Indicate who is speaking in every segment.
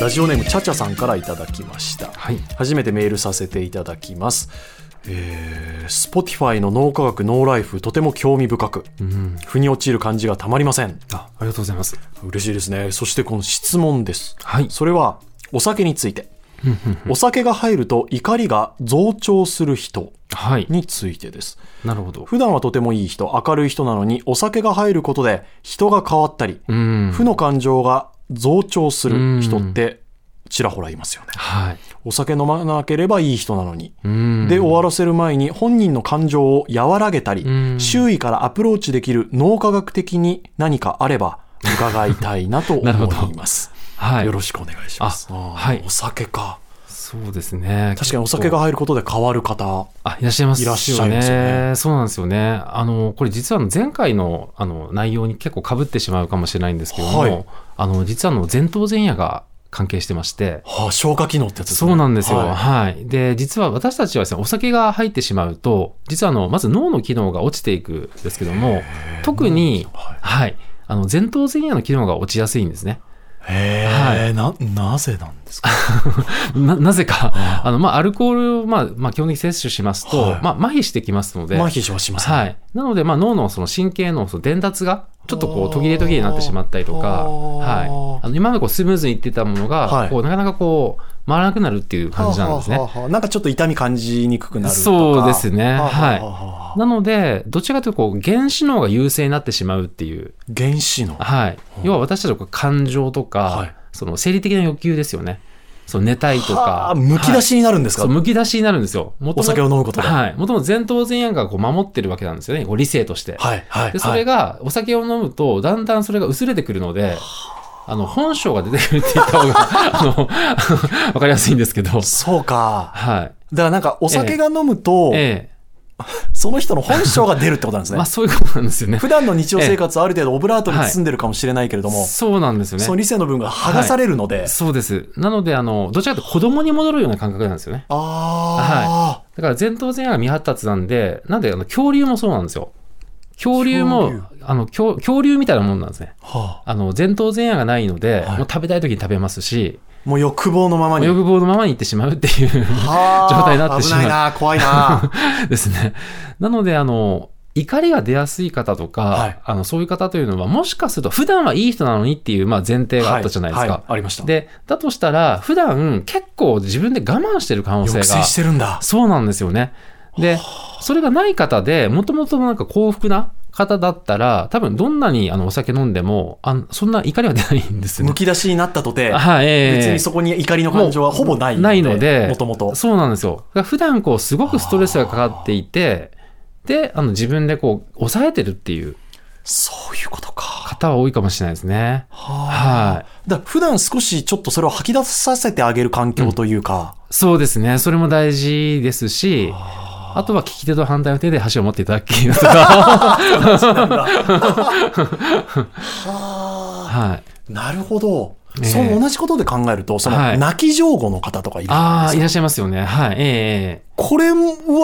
Speaker 1: ラジオネームちゃちゃさんからいただきました、
Speaker 2: はい
Speaker 1: 初めてメールさせていただきますえー Spotify の脳科学脳ライフとても興味深く
Speaker 2: うん
Speaker 1: 腑に落ちる感じがたまりません
Speaker 2: あありがとうございます
Speaker 1: 嬉しいですねそしてこの質問です
Speaker 2: はい
Speaker 1: それはお酒についてお酒が入ると怒りが増長する人
Speaker 2: はい
Speaker 1: についてです
Speaker 2: なるほど
Speaker 1: 普段はとてもいい人明るい人なのにお酒が入ることで人が変わったり
Speaker 2: うん
Speaker 1: 負の感情が増長する人ってちらほらいますよね
Speaker 2: はい
Speaker 1: お酒飲まなければいい人なのに
Speaker 2: うん
Speaker 1: で終わらせる前に本人の感情を和らげたり
Speaker 2: うん
Speaker 1: 周囲からアプローチできる脳科学的に何かあれば伺いたいなと
Speaker 2: なるほど
Speaker 1: 思います
Speaker 2: はい
Speaker 1: よろしくお願いします
Speaker 2: あ
Speaker 1: あー
Speaker 2: はい
Speaker 1: お酒か
Speaker 2: そうですね
Speaker 1: 確かにお酒が入ることで変わる方
Speaker 2: あいらっしゃいます
Speaker 1: いらっしゃいますよね
Speaker 2: そうなんですよね。あのこれ実はあの前回のあの内容に結構被ってしまうかもしれないんですけれども、
Speaker 1: はい
Speaker 2: あの実はあの前頭前野が関係してまして。
Speaker 1: はあ消化機能ってやつですね
Speaker 2: そうなんですよ。はい、
Speaker 1: は
Speaker 2: で、実は私たちはですね、お酒が入ってしまうと、実はあの、まず脳の機能が落ちていくんですけども、特に、
Speaker 1: はい
Speaker 2: はい、あの、前頭前野の機能が落ちやすいんですね。
Speaker 1: いへえ、ななぜなんですか
Speaker 2: な、なぜか
Speaker 1: あ、
Speaker 2: あの、まあ、アルコールを、まあ、まあ、基本的に摂取しますと、
Speaker 1: はい
Speaker 2: まあ、麻痺してきますので、
Speaker 1: 麻痺はしません
Speaker 2: はい。なので、まあ、脳のその神経のその伝達が、ちょっとこ
Speaker 1: あー
Speaker 2: う途切れ途切れになってしまったりとか、
Speaker 1: あー
Speaker 2: はい。あの今までこうスムーズにいってたものが、
Speaker 1: はい
Speaker 2: こうなかなかこう、回らなくなるっていう感じなんですね。
Speaker 1: はあはあはあなんかちょっと痛み感じにくくなるとか
Speaker 2: そうですね
Speaker 1: はあはあはあはあ
Speaker 2: なので、どちらかというと、こう、原子脳が優勢になってしまうっていう、
Speaker 1: 原子の
Speaker 2: はい。要は私たちのこう感情とか、
Speaker 1: はい
Speaker 2: その生理的な欲求ですよね。その寝たいと
Speaker 1: は
Speaker 2: か
Speaker 1: あ。むき出しになるんですか、
Speaker 2: そう、むき出しになるんですよ。もともと
Speaker 1: お酒を飲むことで
Speaker 2: はい。もともと前頭前野がこう守ってるわけなんですよね。こう理性として。
Speaker 1: はいはい
Speaker 2: で、それ
Speaker 1: が
Speaker 2: が、お酒を飲むと、だんだんそれが薄れてくるので、あの、本性が出てくるって 言った方が、あの、わかりやすいんですけど、
Speaker 1: そうか
Speaker 2: はい。
Speaker 1: だからなんかお酒が飲むと、
Speaker 2: え
Speaker 1: その人の本性が出るってことなんです
Speaker 2: え
Speaker 1: ね、
Speaker 2: まあ、そういうことなんですよね
Speaker 1: 普。段の日常生活はある程度オブラートに包んでるかもしれないけれども、
Speaker 2: そうなんですよ
Speaker 1: その
Speaker 2: ね。
Speaker 1: 理性の部分が剥がされるので、
Speaker 2: そうです。なので、あの、どちらかというと子供に戻るような感覚なんですよね。
Speaker 1: あ
Speaker 2: だから前頭前野が未発達なんで、なんで、あの、恐竜もそうなんですよ。恐竜も、
Speaker 1: 恐
Speaker 2: あの恐、恐竜みたいなもんなんですね。
Speaker 1: あ、は
Speaker 2: あの、前頭前野がないので、
Speaker 1: はい
Speaker 2: もう食べたい時に食べますし、
Speaker 1: あ、もう欲望のままに
Speaker 2: 欲望のままにいってしまうっていう。
Speaker 1: はあ
Speaker 2: 状態になってしまう
Speaker 1: 危ないな怖いな
Speaker 2: ですね。なので、あの、怒りが出やすい方とか、
Speaker 1: はい
Speaker 2: あの、そういう方というのは、もしかすると、普段はいい人なのにっていう、まあ、前提があったじゃない ですか。
Speaker 1: ははありました
Speaker 2: で、だとしたら、普段結構自分で我慢してる可能性
Speaker 1: 抑制
Speaker 2: が。
Speaker 1: してるんだ
Speaker 2: そうなんですよね。で、それがない方で、もともとなんか幸福な方だったら、多分どんなにあのお酒飲んでも、あのそんな怒りは出ないんですよね
Speaker 1: む。き出しになったとて、
Speaker 2: はい、ええ
Speaker 1: 別にそこに怒りの感情はほぼない
Speaker 2: ないので、
Speaker 1: もともと
Speaker 2: そうなんですよ。だから普段こう、すごくストレスがかかっていて、で、あの、自分でこう、抑えてるっていう
Speaker 1: そういうことか
Speaker 2: 方は多いかもしれないですね。
Speaker 1: は
Speaker 2: はい
Speaker 1: だから普段少しちょっとそれを吐き出させてあげる環境というか、
Speaker 2: そうですね。それも大事ですし、あとは利き手と反対の手で箸を持っていただき とか、
Speaker 1: は
Speaker 2: はい。
Speaker 1: あなるほど、
Speaker 2: ええ
Speaker 1: その同じことで考えるとそ
Speaker 2: は
Speaker 1: の
Speaker 2: い
Speaker 1: 泣き上戸の方とかいるじゃ
Speaker 2: あ
Speaker 1: な
Speaker 2: あ、
Speaker 1: い
Speaker 2: い
Speaker 1: で
Speaker 2: ら
Speaker 1: す
Speaker 2: っしゃいますよね。はい。えええ
Speaker 1: かこれは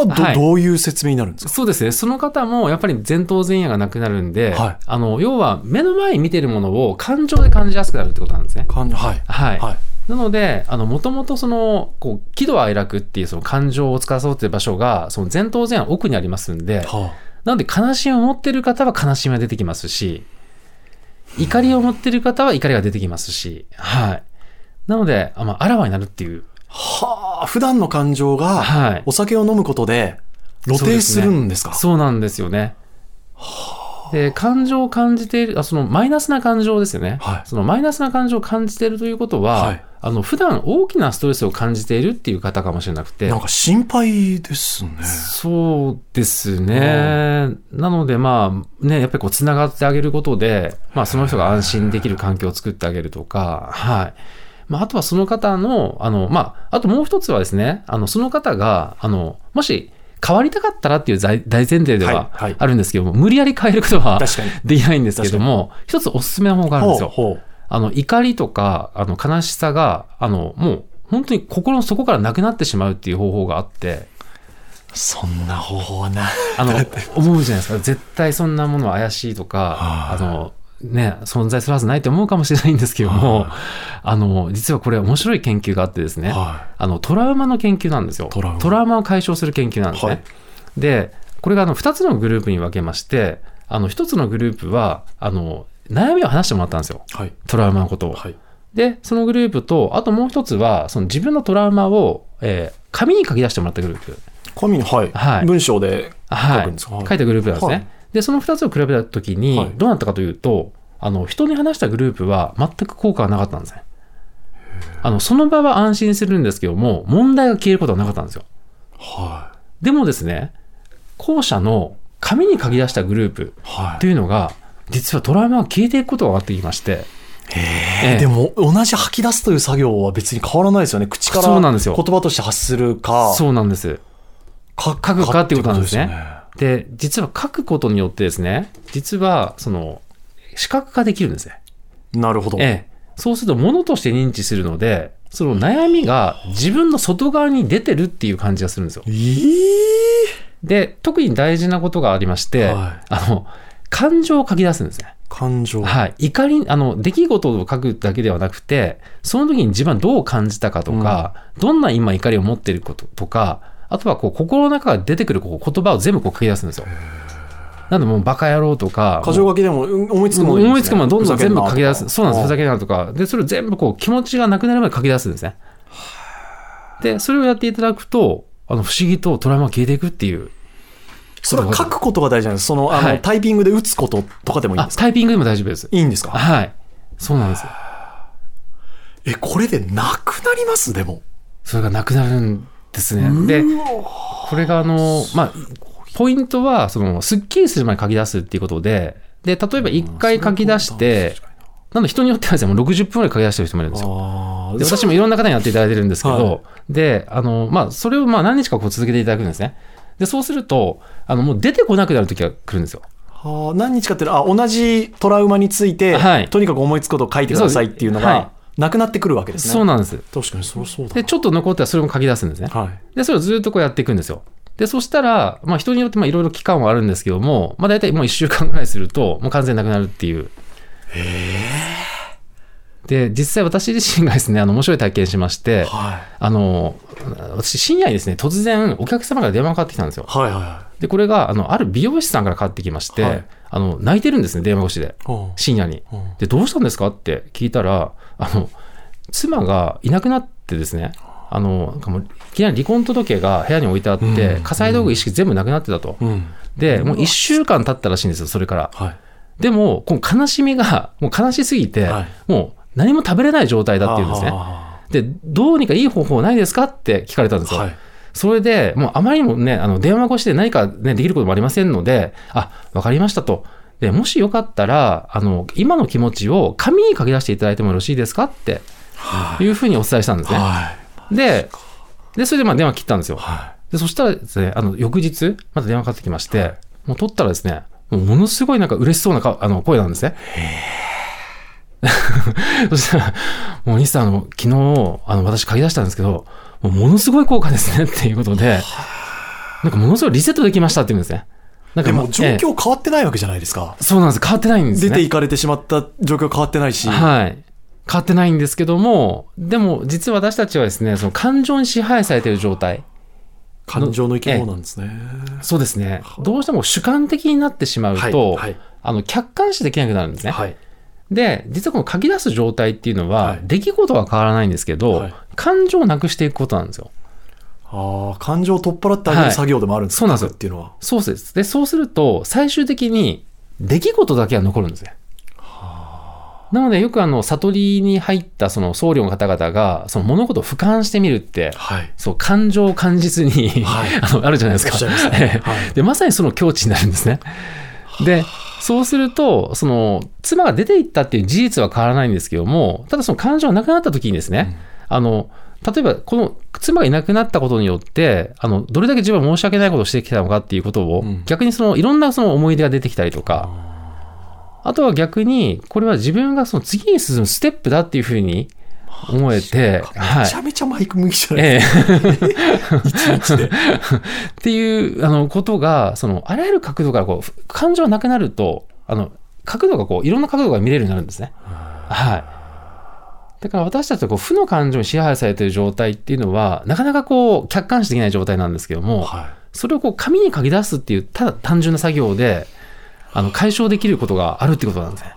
Speaker 1: ど,、
Speaker 2: はいう
Speaker 1: いう説明になるんです
Speaker 2: え
Speaker 1: か
Speaker 2: そうですね。その方も、やっぱり前頭前野がなくなるんで、
Speaker 1: はい
Speaker 2: あの、要は目の前に見てるものを感情で感じやすくなるってことなんですね。
Speaker 1: 感情はい
Speaker 2: はい。
Speaker 1: はい
Speaker 2: なので、あの、もともとその、こう、喜怒哀楽っていうその感情を司っている場所が、その前頭前野奥にありますんで、
Speaker 1: は
Speaker 2: なので悲しみを持ってる方は悲しみが出てきますし、怒りを持ってる方は怒りが出てきますし、はい。なので、あまあ、あらわになるっていう。
Speaker 1: あはあ普段の感情が、
Speaker 2: はい
Speaker 1: お酒を飲むことで露呈するんですか
Speaker 2: そうなんですよね。で、感情を感じている、あそのマイナスな感情ですよね。
Speaker 1: はい
Speaker 2: そのマイナスな感情を感じているということは、
Speaker 1: はい
Speaker 2: あの、普段大きなストレスを感じているっていう方かもしれなくて、
Speaker 1: なんか心配ですね
Speaker 2: そうですね。なのでまあ、ね、やっぱりこう、つながってあげることで、まあ、その人が安心できる環境を作ってあげるとか、はい。まあ、あとはその方の、あの、まあ、あともう一つはですね、あの、その方が、あの、もし、変わりたかったらっていう大大前提では
Speaker 1: はいはい
Speaker 2: あるんですけども、無理やり変えることは
Speaker 1: 確かに
Speaker 2: できないんですけども、一つおすすめの方があるんですよ。
Speaker 1: ほうほう
Speaker 2: あの、怒りとか、あの、悲しさが、あの、もう、本当に心の底からなくなってしまうっていう方法があって、
Speaker 1: そんな方法はない
Speaker 2: あの、思うじゃないですか。絶対そんなものは怪しいとか、
Speaker 1: は
Speaker 2: あの、ね、存在するはずないと思うかもしれないんですけども、あの、実はこれ面白い研究があってですね、
Speaker 1: は
Speaker 2: あの、トラウマの研究なんですよ。
Speaker 1: トラウマ
Speaker 2: を解消する研究なんですね。
Speaker 1: はい
Speaker 2: で、これがあの、二つのグループに分けまして、あの、一つのグループは、あの、悩みを話してもらったんですよ。
Speaker 1: いはい
Speaker 2: トラウマのことを。
Speaker 1: はい
Speaker 2: で、そのグループと、あともう一つは、その自分のトラウマを、えー紙に書き出してもらったグループ。
Speaker 1: 紙に、はい
Speaker 2: はい
Speaker 1: 文章で
Speaker 2: は
Speaker 1: 書
Speaker 2: い
Speaker 1: くんですか、はい
Speaker 2: 書いたグループなんですね。
Speaker 1: はい
Speaker 2: で、その2つを比べたとき
Speaker 1: はい
Speaker 2: に、どうなったかというと、あの、人に話したグループは全く効果がなかったんですね。あの、その場は安心するんですけども、問題が消えることはなかったんですよ。
Speaker 1: は
Speaker 2: でもですね、後者の紙に書き出したグループ
Speaker 1: いは
Speaker 2: というのが、実はトラウマが消えていくことが分かってきまして、
Speaker 1: いえ
Speaker 2: え
Speaker 1: ー
Speaker 2: え
Speaker 1: でも同じ吐き出すという作業は別に変わらないですよね口から
Speaker 2: そうなん
Speaker 1: 言
Speaker 2: ですよ
Speaker 1: 葉として発するか
Speaker 2: そうなんです。
Speaker 1: 書く
Speaker 2: 書くかっていうことなんですね
Speaker 1: ってこ
Speaker 2: で、実は書くことによってですね、実は、その、視覚化できるんですね。
Speaker 1: となるほど、
Speaker 2: ええ。そうすると、ものとして認知するので、その悩みが自分の外側に出てるっていう感じがするんですよ。
Speaker 1: ええ
Speaker 2: で、特に大事なことがありまして、
Speaker 1: はい
Speaker 2: あの、感情を書き出すんですね。
Speaker 1: 感情
Speaker 2: はい。怒り、あの、出来事を書くだけではなくて、その時に自分はどう感じたかとか、どんな今怒りを持っていることとか、あとはこう、心の中から出てくるこう言葉を全部こう書き出すんですよ。なので、もうバカ野郎とか、
Speaker 1: 箇条書きでもうん思いつくものでいいん
Speaker 2: 思い
Speaker 1: で
Speaker 2: つ
Speaker 1: す
Speaker 2: く
Speaker 1: ね
Speaker 2: ものどんどん全部
Speaker 1: ふざ
Speaker 2: 書き
Speaker 1: け
Speaker 2: 出
Speaker 1: な
Speaker 2: す。そうなんです。ふざ
Speaker 1: け
Speaker 2: けんなとか。で、それを全部こう気持ちがなくなるまで書き出すんですね。で、それをやっていただくと、あの、不思議とトラウマが消えていくっていう。
Speaker 1: それは書くことが大事なんです。その、あの、
Speaker 2: はい
Speaker 1: タイピングで打つこととかでもいいん
Speaker 2: あ、
Speaker 1: ですか
Speaker 2: タイピングでも大丈夫です。
Speaker 1: いいんですか
Speaker 2: はい。そうなんです。
Speaker 1: え、これでなくなりますでも。
Speaker 2: それがなくなるんですね。で、これがあの、まあ、ポイントは、その、スッキリする前に書き出すっていうことで、で、例えば一回書き出して、なんで人によってはですね、もう60分ぐらい書き出してる人もいるんですよ。
Speaker 1: ああ、
Speaker 2: で
Speaker 1: で
Speaker 2: 私もいろんな方にやっていただいてるんですけど、
Speaker 1: は
Speaker 2: で、あの、まあ、それをまあ何日かこう続けていただくんですね。で、そうすると、あの、もう出てこなくなる時が来るんですよ。
Speaker 1: ああ何日かっていうのは、あ同じトラウマについて、
Speaker 2: はい
Speaker 1: とにかく思いつくことを書いてくださいっていうのが、
Speaker 2: はい
Speaker 1: なくなってくるわけですね。
Speaker 2: そうなんです。
Speaker 1: 確かに、そりゃそうだ
Speaker 2: で、
Speaker 1: な。
Speaker 2: ちょっと残ったらそれも書き出すんですね。
Speaker 1: はい。
Speaker 2: で、それをずっとこうやっていくんですよ。で、そしたら、まあ人によってまあいろいろ期間はあるんですけども、まあ大体もう1週間ぐらいすると、もう完全になくなるっていう。で、実際私自身がですね、あの、面白い体験しまして、
Speaker 1: はい。
Speaker 2: あの、私深夜にですね、突然お客様から電話がかかってきたんですよ。
Speaker 1: はいはいは
Speaker 2: で、これが、あの、ある美容師さんから買ってきまして、
Speaker 1: はい
Speaker 2: あの、泣いてるんですね、電話越しで。
Speaker 1: いうん。
Speaker 2: 深夜に。
Speaker 1: うん
Speaker 2: で、どうしたんですかって聞いたら、あの、妻がいなくなってですね、あの、なんかもういきなり離婚届が部屋に置いてあって、
Speaker 1: うん
Speaker 2: 火災道具一式全部なくなってたと。
Speaker 1: うん。
Speaker 2: で、もう1週間経ったらしいんですよ、それから。
Speaker 1: はい。
Speaker 2: でも、この悲しみが、もう悲しすぎて、
Speaker 1: はい
Speaker 2: もう何も食べれない状態だっていうんですね。
Speaker 1: あ
Speaker 2: で、どうにかいい方法ないですかって聞かれたんです
Speaker 1: ー
Speaker 2: よ。
Speaker 1: はい。
Speaker 2: それで、もうあまりにもね、あの、電話越しで何かね、できることもありませんので、あ、わかりましたと。で、もしよかったら、あの、今の気持ちを紙に書き出していただいてもよろしいですかって
Speaker 1: はい。
Speaker 2: いうふうにお伝えしたんですね。
Speaker 1: はい。
Speaker 2: で、で、それでまあ電話切ったんですよ。
Speaker 1: は
Speaker 2: で、そしたらですね、あの、翌日、また電話かかってきまして、もう取ったらですね、もうものすごいなんか嬉しそうなかあの声なんですね。 そしたら、もう西さん、あの、昨日、あの、私書き出したんですけど、もうものすごい効果ですねっていうことで、なんかものすごいリセットできましたっていうんですね。な
Speaker 1: い。
Speaker 2: ん
Speaker 1: で
Speaker 2: かま
Speaker 1: も、状
Speaker 2: ええ
Speaker 1: 況変わってないわけじゃないですか。
Speaker 2: そうなんです。変わってないんですね。
Speaker 1: 出ていかれてしまった状況変わってないし。
Speaker 2: はい。変わってないんですけども、でも実は私たちはですね、その感情に支配されている状態。
Speaker 1: 感情の生き物なんですね。
Speaker 2: そうですね。どうしても主観的になってしまうと、
Speaker 1: はいはい
Speaker 2: あの、客観視できなくなるんですね。
Speaker 1: はい。
Speaker 2: で、実はこの書き出す状態っていうのは、
Speaker 1: はい
Speaker 2: 出来事は変わらないんですけど、
Speaker 1: はい
Speaker 2: 感情をなくしていくことなんですよ。
Speaker 1: ああ、感情を取っ払ってあげる作業でもあるんですか、
Speaker 2: はいそうなんですよ
Speaker 1: 書くっていうのは。
Speaker 2: そうです。で、そうすると、最終的に出来事だけは残るんですね。なので、よくあの、悟りに入ったその僧侶の方々が、その物事を俯瞰してみるって、
Speaker 1: はい。
Speaker 2: そう、感情を感じずに、
Speaker 1: はい
Speaker 2: あの、あるじゃないです
Speaker 1: おっ
Speaker 2: か。
Speaker 1: しゃいますね
Speaker 2: ええ
Speaker 1: はい
Speaker 2: で、まさにその境地になるんですね。で、そうすると、その、妻が出ていったっていう事実は変わらないんですけども、ただその感情がなくなった時にですね、あの、例えば、この妻がいなくなったことによって、あの、どれだけ自分は申し訳ないことをしてきたのかっていうことを、
Speaker 1: うん
Speaker 2: 逆にその、いろんなその思い出が出てきたりとか、あとは逆に、これは自分がその次に進むステップだっていうふうに思えて、は
Speaker 1: め
Speaker 2: い
Speaker 1: ち。ゃめちゃマイク向きじゃない
Speaker 2: ええ。
Speaker 1: ですか、一日で。
Speaker 2: っていうあのことがそのあらゆる角度からこうふ感情がなくなるとあの角度がこう、いろんな角度が見れるようになるんですね。
Speaker 1: は
Speaker 2: はい。だから私たちはこう負の感情に支配されている状態っていうのは、なかなかこう、客観視できない状態なんですけども、
Speaker 1: い
Speaker 2: それをこう、紙に書き出すっていう、ただ単純な作業で、あの、解消できることがあるってことなんですね。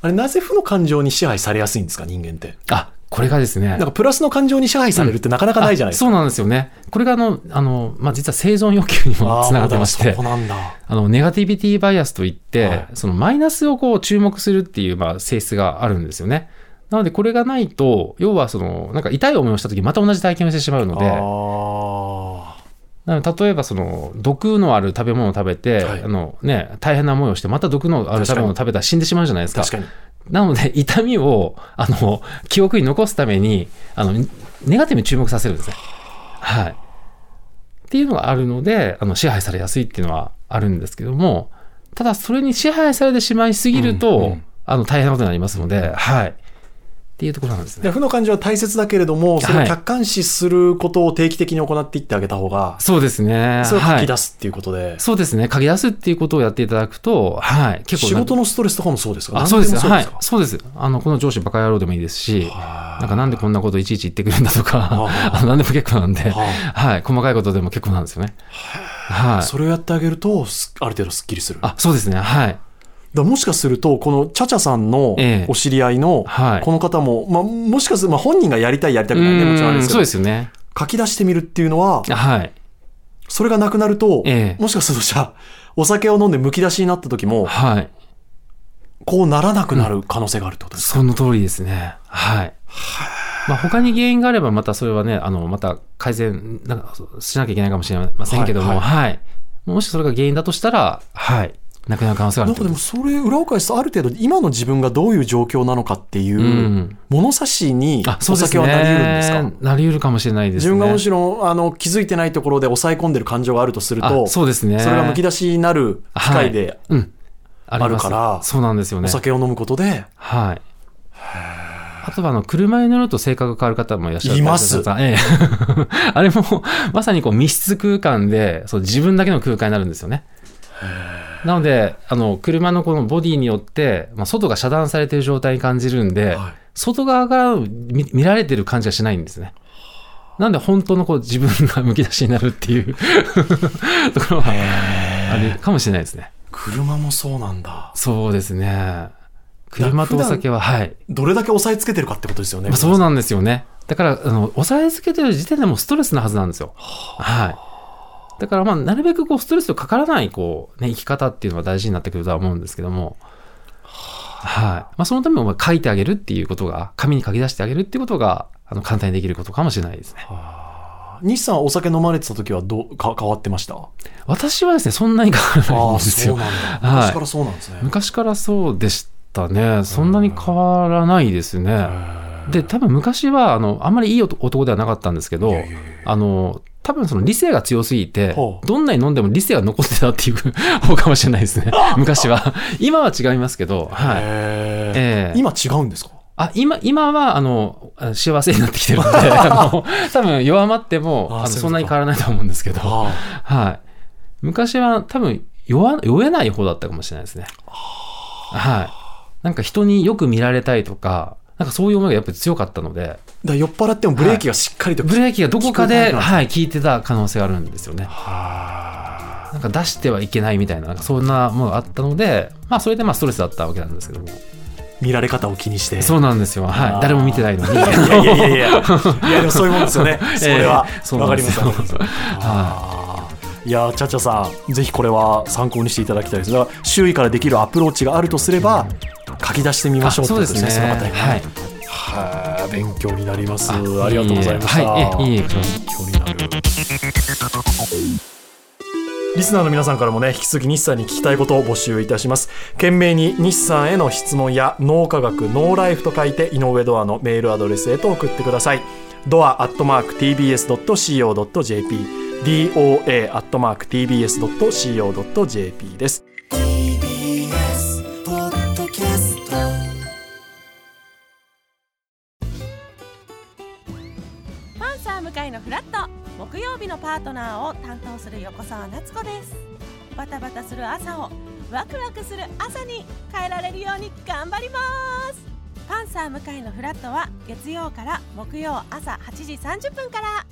Speaker 1: あれなぜ負の感情に支配されやすいんですか人間って
Speaker 2: あ、これがですね
Speaker 1: なん。かプラスの感情に支配されるってなかなかないじゃないですか、
Speaker 2: あそうなんですよね。これがあの、あの、まあ、実は生存欲求にも
Speaker 1: あー
Speaker 2: つながってまし
Speaker 1: まだ
Speaker 2: て
Speaker 1: そこ、なんだ
Speaker 2: あの、ネガティビティバイアスといって、
Speaker 1: はい
Speaker 2: そのマイナスをこう注目するっていう、まあ、性質があるんですよね。なので、これがないと、要はその、なんか痛い思いをした時また同じ体験をしてしまうので、
Speaker 1: あー
Speaker 2: なので例えばその、毒のある食べ物を食べて、
Speaker 1: はい
Speaker 2: あの、ね、大変な思いをして、また毒のある食べ物を食べたら死んでしまうじゃないですか。
Speaker 1: 確かに
Speaker 2: なので、 痛みを、あの、記憶に残すために、あの、ネガティブに注目させるんですね。はい。っていうのがあるので、あの、支配されやすいっていうのはあるんですけども、ただ、それに支配されてしまいすぎると、
Speaker 1: うんうん
Speaker 2: あの、大変なことになりますので、はい。っていうところなんですね。
Speaker 1: で負の感情は大切だけれどもそれを客観視することを定期的に行っていってあげた方が、
Speaker 2: そうですね。
Speaker 1: それを書き
Speaker 2: はい
Speaker 1: 出すっていうことで、
Speaker 2: そうですね。書き出すっていうことをやっていただくと、はい。結構
Speaker 1: 仕
Speaker 2: なん
Speaker 1: 事のストレスとかもそうですか
Speaker 2: あ、そうです。
Speaker 1: 何
Speaker 2: はい
Speaker 1: も。
Speaker 2: そうです。あの、この上司バカ野郎でもいいですし、
Speaker 1: は
Speaker 2: なんかなんでこんなこといちいち言ってくるんだとか、
Speaker 1: は
Speaker 2: あの何でも結構なんで、
Speaker 1: は
Speaker 2: はい、細かいことでも結構なんですよね。はい。
Speaker 1: それをやってあげるとすある程度すっきりするだか
Speaker 2: あ、そうですね。はい。
Speaker 1: らもしかするとこのチャチャさんの
Speaker 2: ええ
Speaker 1: お知り合いの
Speaker 2: はい。
Speaker 1: この方も、まあ、もしかすると、まあ、本人がやりたいやりたくないねもちろんあれで
Speaker 2: うん
Speaker 1: すけ
Speaker 2: そ
Speaker 1: ど
Speaker 2: うですよね。
Speaker 1: 書き出してみるっていうのは
Speaker 2: はい。
Speaker 1: それがなくなると、
Speaker 2: ええ
Speaker 1: もしかするとじゃあお酒を飲んでむき出しになった時も
Speaker 2: はい。
Speaker 1: こうならなくなる可能性があるってことですか、
Speaker 2: その通りですね。はい。まあ、他に原因があれば、またそれはね、あの、また改善なんかしなきゃいけないかもしれませんけど
Speaker 1: はい
Speaker 2: も、
Speaker 1: は
Speaker 2: はい。もしそれが原因だとしたら、はい。なくなる可能性があ
Speaker 1: な
Speaker 2: るっ
Speaker 1: んか
Speaker 2: てこ
Speaker 1: で
Speaker 2: と
Speaker 1: もそれ裏を返すとある程度今の自分がどういう状況なのかっていう、
Speaker 2: うん
Speaker 1: 物差しに
Speaker 2: あ、そ
Speaker 1: お
Speaker 2: うです
Speaker 1: 酒
Speaker 2: ね。
Speaker 1: はなり得るんですか
Speaker 2: なり得るかもしれないです
Speaker 1: 自
Speaker 2: ね。
Speaker 1: 分がむしろあの気づいてないところで抑え込んでる感情があるとすると
Speaker 2: あそうですね。
Speaker 1: それがむき出しになる機会で
Speaker 2: うん、あり
Speaker 1: ある
Speaker 2: ます
Speaker 1: から
Speaker 2: そうなんですよ
Speaker 1: お
Speaker 2: ね。
Speaker 1: 酒を飲むことで
Speaker 2: はい。あとは、あの、車に乗ると性格が変わる方もいらっしゃる
Speaker 1: います
Speaker 2: ええ。 あれも、まさにこう、密室空間で、そう、自分だけの空間になるんですよね。なので、あの、車のこのボディによって、まあ、外が遮断されている状態に感じるんで、
Speaker 1: はい
Speaker 2: 外側から見見られてる感じがしないんですね。なんで、本当のこう、自分がむき出しになるっていう ところは、あるかもしれないですね。
Speaker 1: 車もそうなんだ
Speaker 2: そうですね。車とお酒は、はい。
Speaker 1: どれだけ抑えつけてるかってことですよね、
Speaker 2: まあ、そうなんですよね。だから、あの、抑えつけてる時点でもうストレスなはずなんですよ。はい。だから、まあ、なるべくこう、ストレスとかからない、こう、ね、生き方っていうのが大事になってくるとは思うんですけども。はい。まあ、そのためにも書いてあげるっていうことが、紙に書き出してあげるっていうことが、あの、簡単にできることかもしれないですね。
Speaker 1: 西さんはお酒飲まれてた時はどうか変わってました
Speaker 2: 私はですね、そんなに変わら ないん
Speaker 1: ああ
Speaker 2: です
Speaker 1: そう
Speaker 2: よ。
Speaker 1: なんだ
Speaker 2: はい
Speaker 1: 昔からそうなんですね、
Speaker 2: 昔からそうでしたね。そんなに変わらないですね。で、多分昔は、あの、あんまりいい男男ではなかったんですけど、あの、多分その理性が強すぎて
Speaker 1: ほ、う
Speaker 2: どんなに飲んでも理性が残ってたっていう 方かもしれないです ね。昔は。今は違いますけど、はい。
Speaker 1: へえ
Speaker 2: ええ
Speaker 1: 今違うんですか
Speaker 2: あ、今、今は、あの、あ幸せになってきてる ので、あの、多分弱まっても、
Speaker 1: あ
Speaker 2: あの
Speaker 1: そういうこと
Speaker 2: そんなに変わらないと思うんですけど、
Speaker 1: あ
Speaker 2: はい。昔は多分酔酔えない方だったかもしれないですね。はい。なんか人によく見られたいとか、なんかそういう思いがやっぱり強かったので、
Speaker 1: だ酔っ払ってもブレーキがしっかりと、
Speaker 2: ブレーキがどこか
Speaker 1: 聞こえない
Speaker 2: で、
Speaker 1: な
Speaker 2: はい、効いてた可能性があるんですよね。
Speaker 1: はあ
Speaker 2: なんか出してはいけないみたいな、なんかそんなものがあったので、まあそれでまあストレスだったわけなんですけども。
Speaker 1: 見られ方を気にして
Speaker 2: そうなんですよ。
Speaker 1: あ
Speaker 2: は
Speaker 1: ー
Speaker 2: い。誰も見てないのに。
Speaker 1: いやいやいやい やいやでも そういうもんですよねそれはわ、
Speaker 2: ええそう
Speaker 1: か
Speaker 2: なん
Speaker 1: り
Speaker 2: で
Speaker 1: ます
Speaker 2: す
Speaker 1: わ
Speaker 2: よ
Speaker 1: かりますああいやーチャチャさんぜひこれは参考にしていただきたいですだから周囲からできるアプローチがあるとすれば書き出してみま
Speaker 2: あ
Speaker 1: しょうってこと
Speaker 2: そうで
Speaker 1: です
Speaker 2: す
Speaker 1: ね
Speaker 2: ね。
Speaker 1: その方にね
Speaker 2: はい。
Speaker 1: はい勉強になりますありがとうございました
Speaker 2: はい。ええ、いえいえ、こちらこそ
Speaker 1: 勉強になるリスナーの皆さんからもね引き続き日産に聞きたいことを募集いたします懸命に日産への質問や脳科学ノーライフと書いて井上ドアのメールアドレスへと送ってくださいドアアットマーク TBS.CO.JP DOA アットマーク TBS.CO.JP です
Speaker 3: TBS ポッドキャスト
Speaker 4: パンサー向かいのフラット木曜日のパートナーを担当する横澤夏子ですバタバタする朝をワクワクする朝に変えられるように頑張りますパンサー向かいのフラットは月曜から木曜朝8時30分から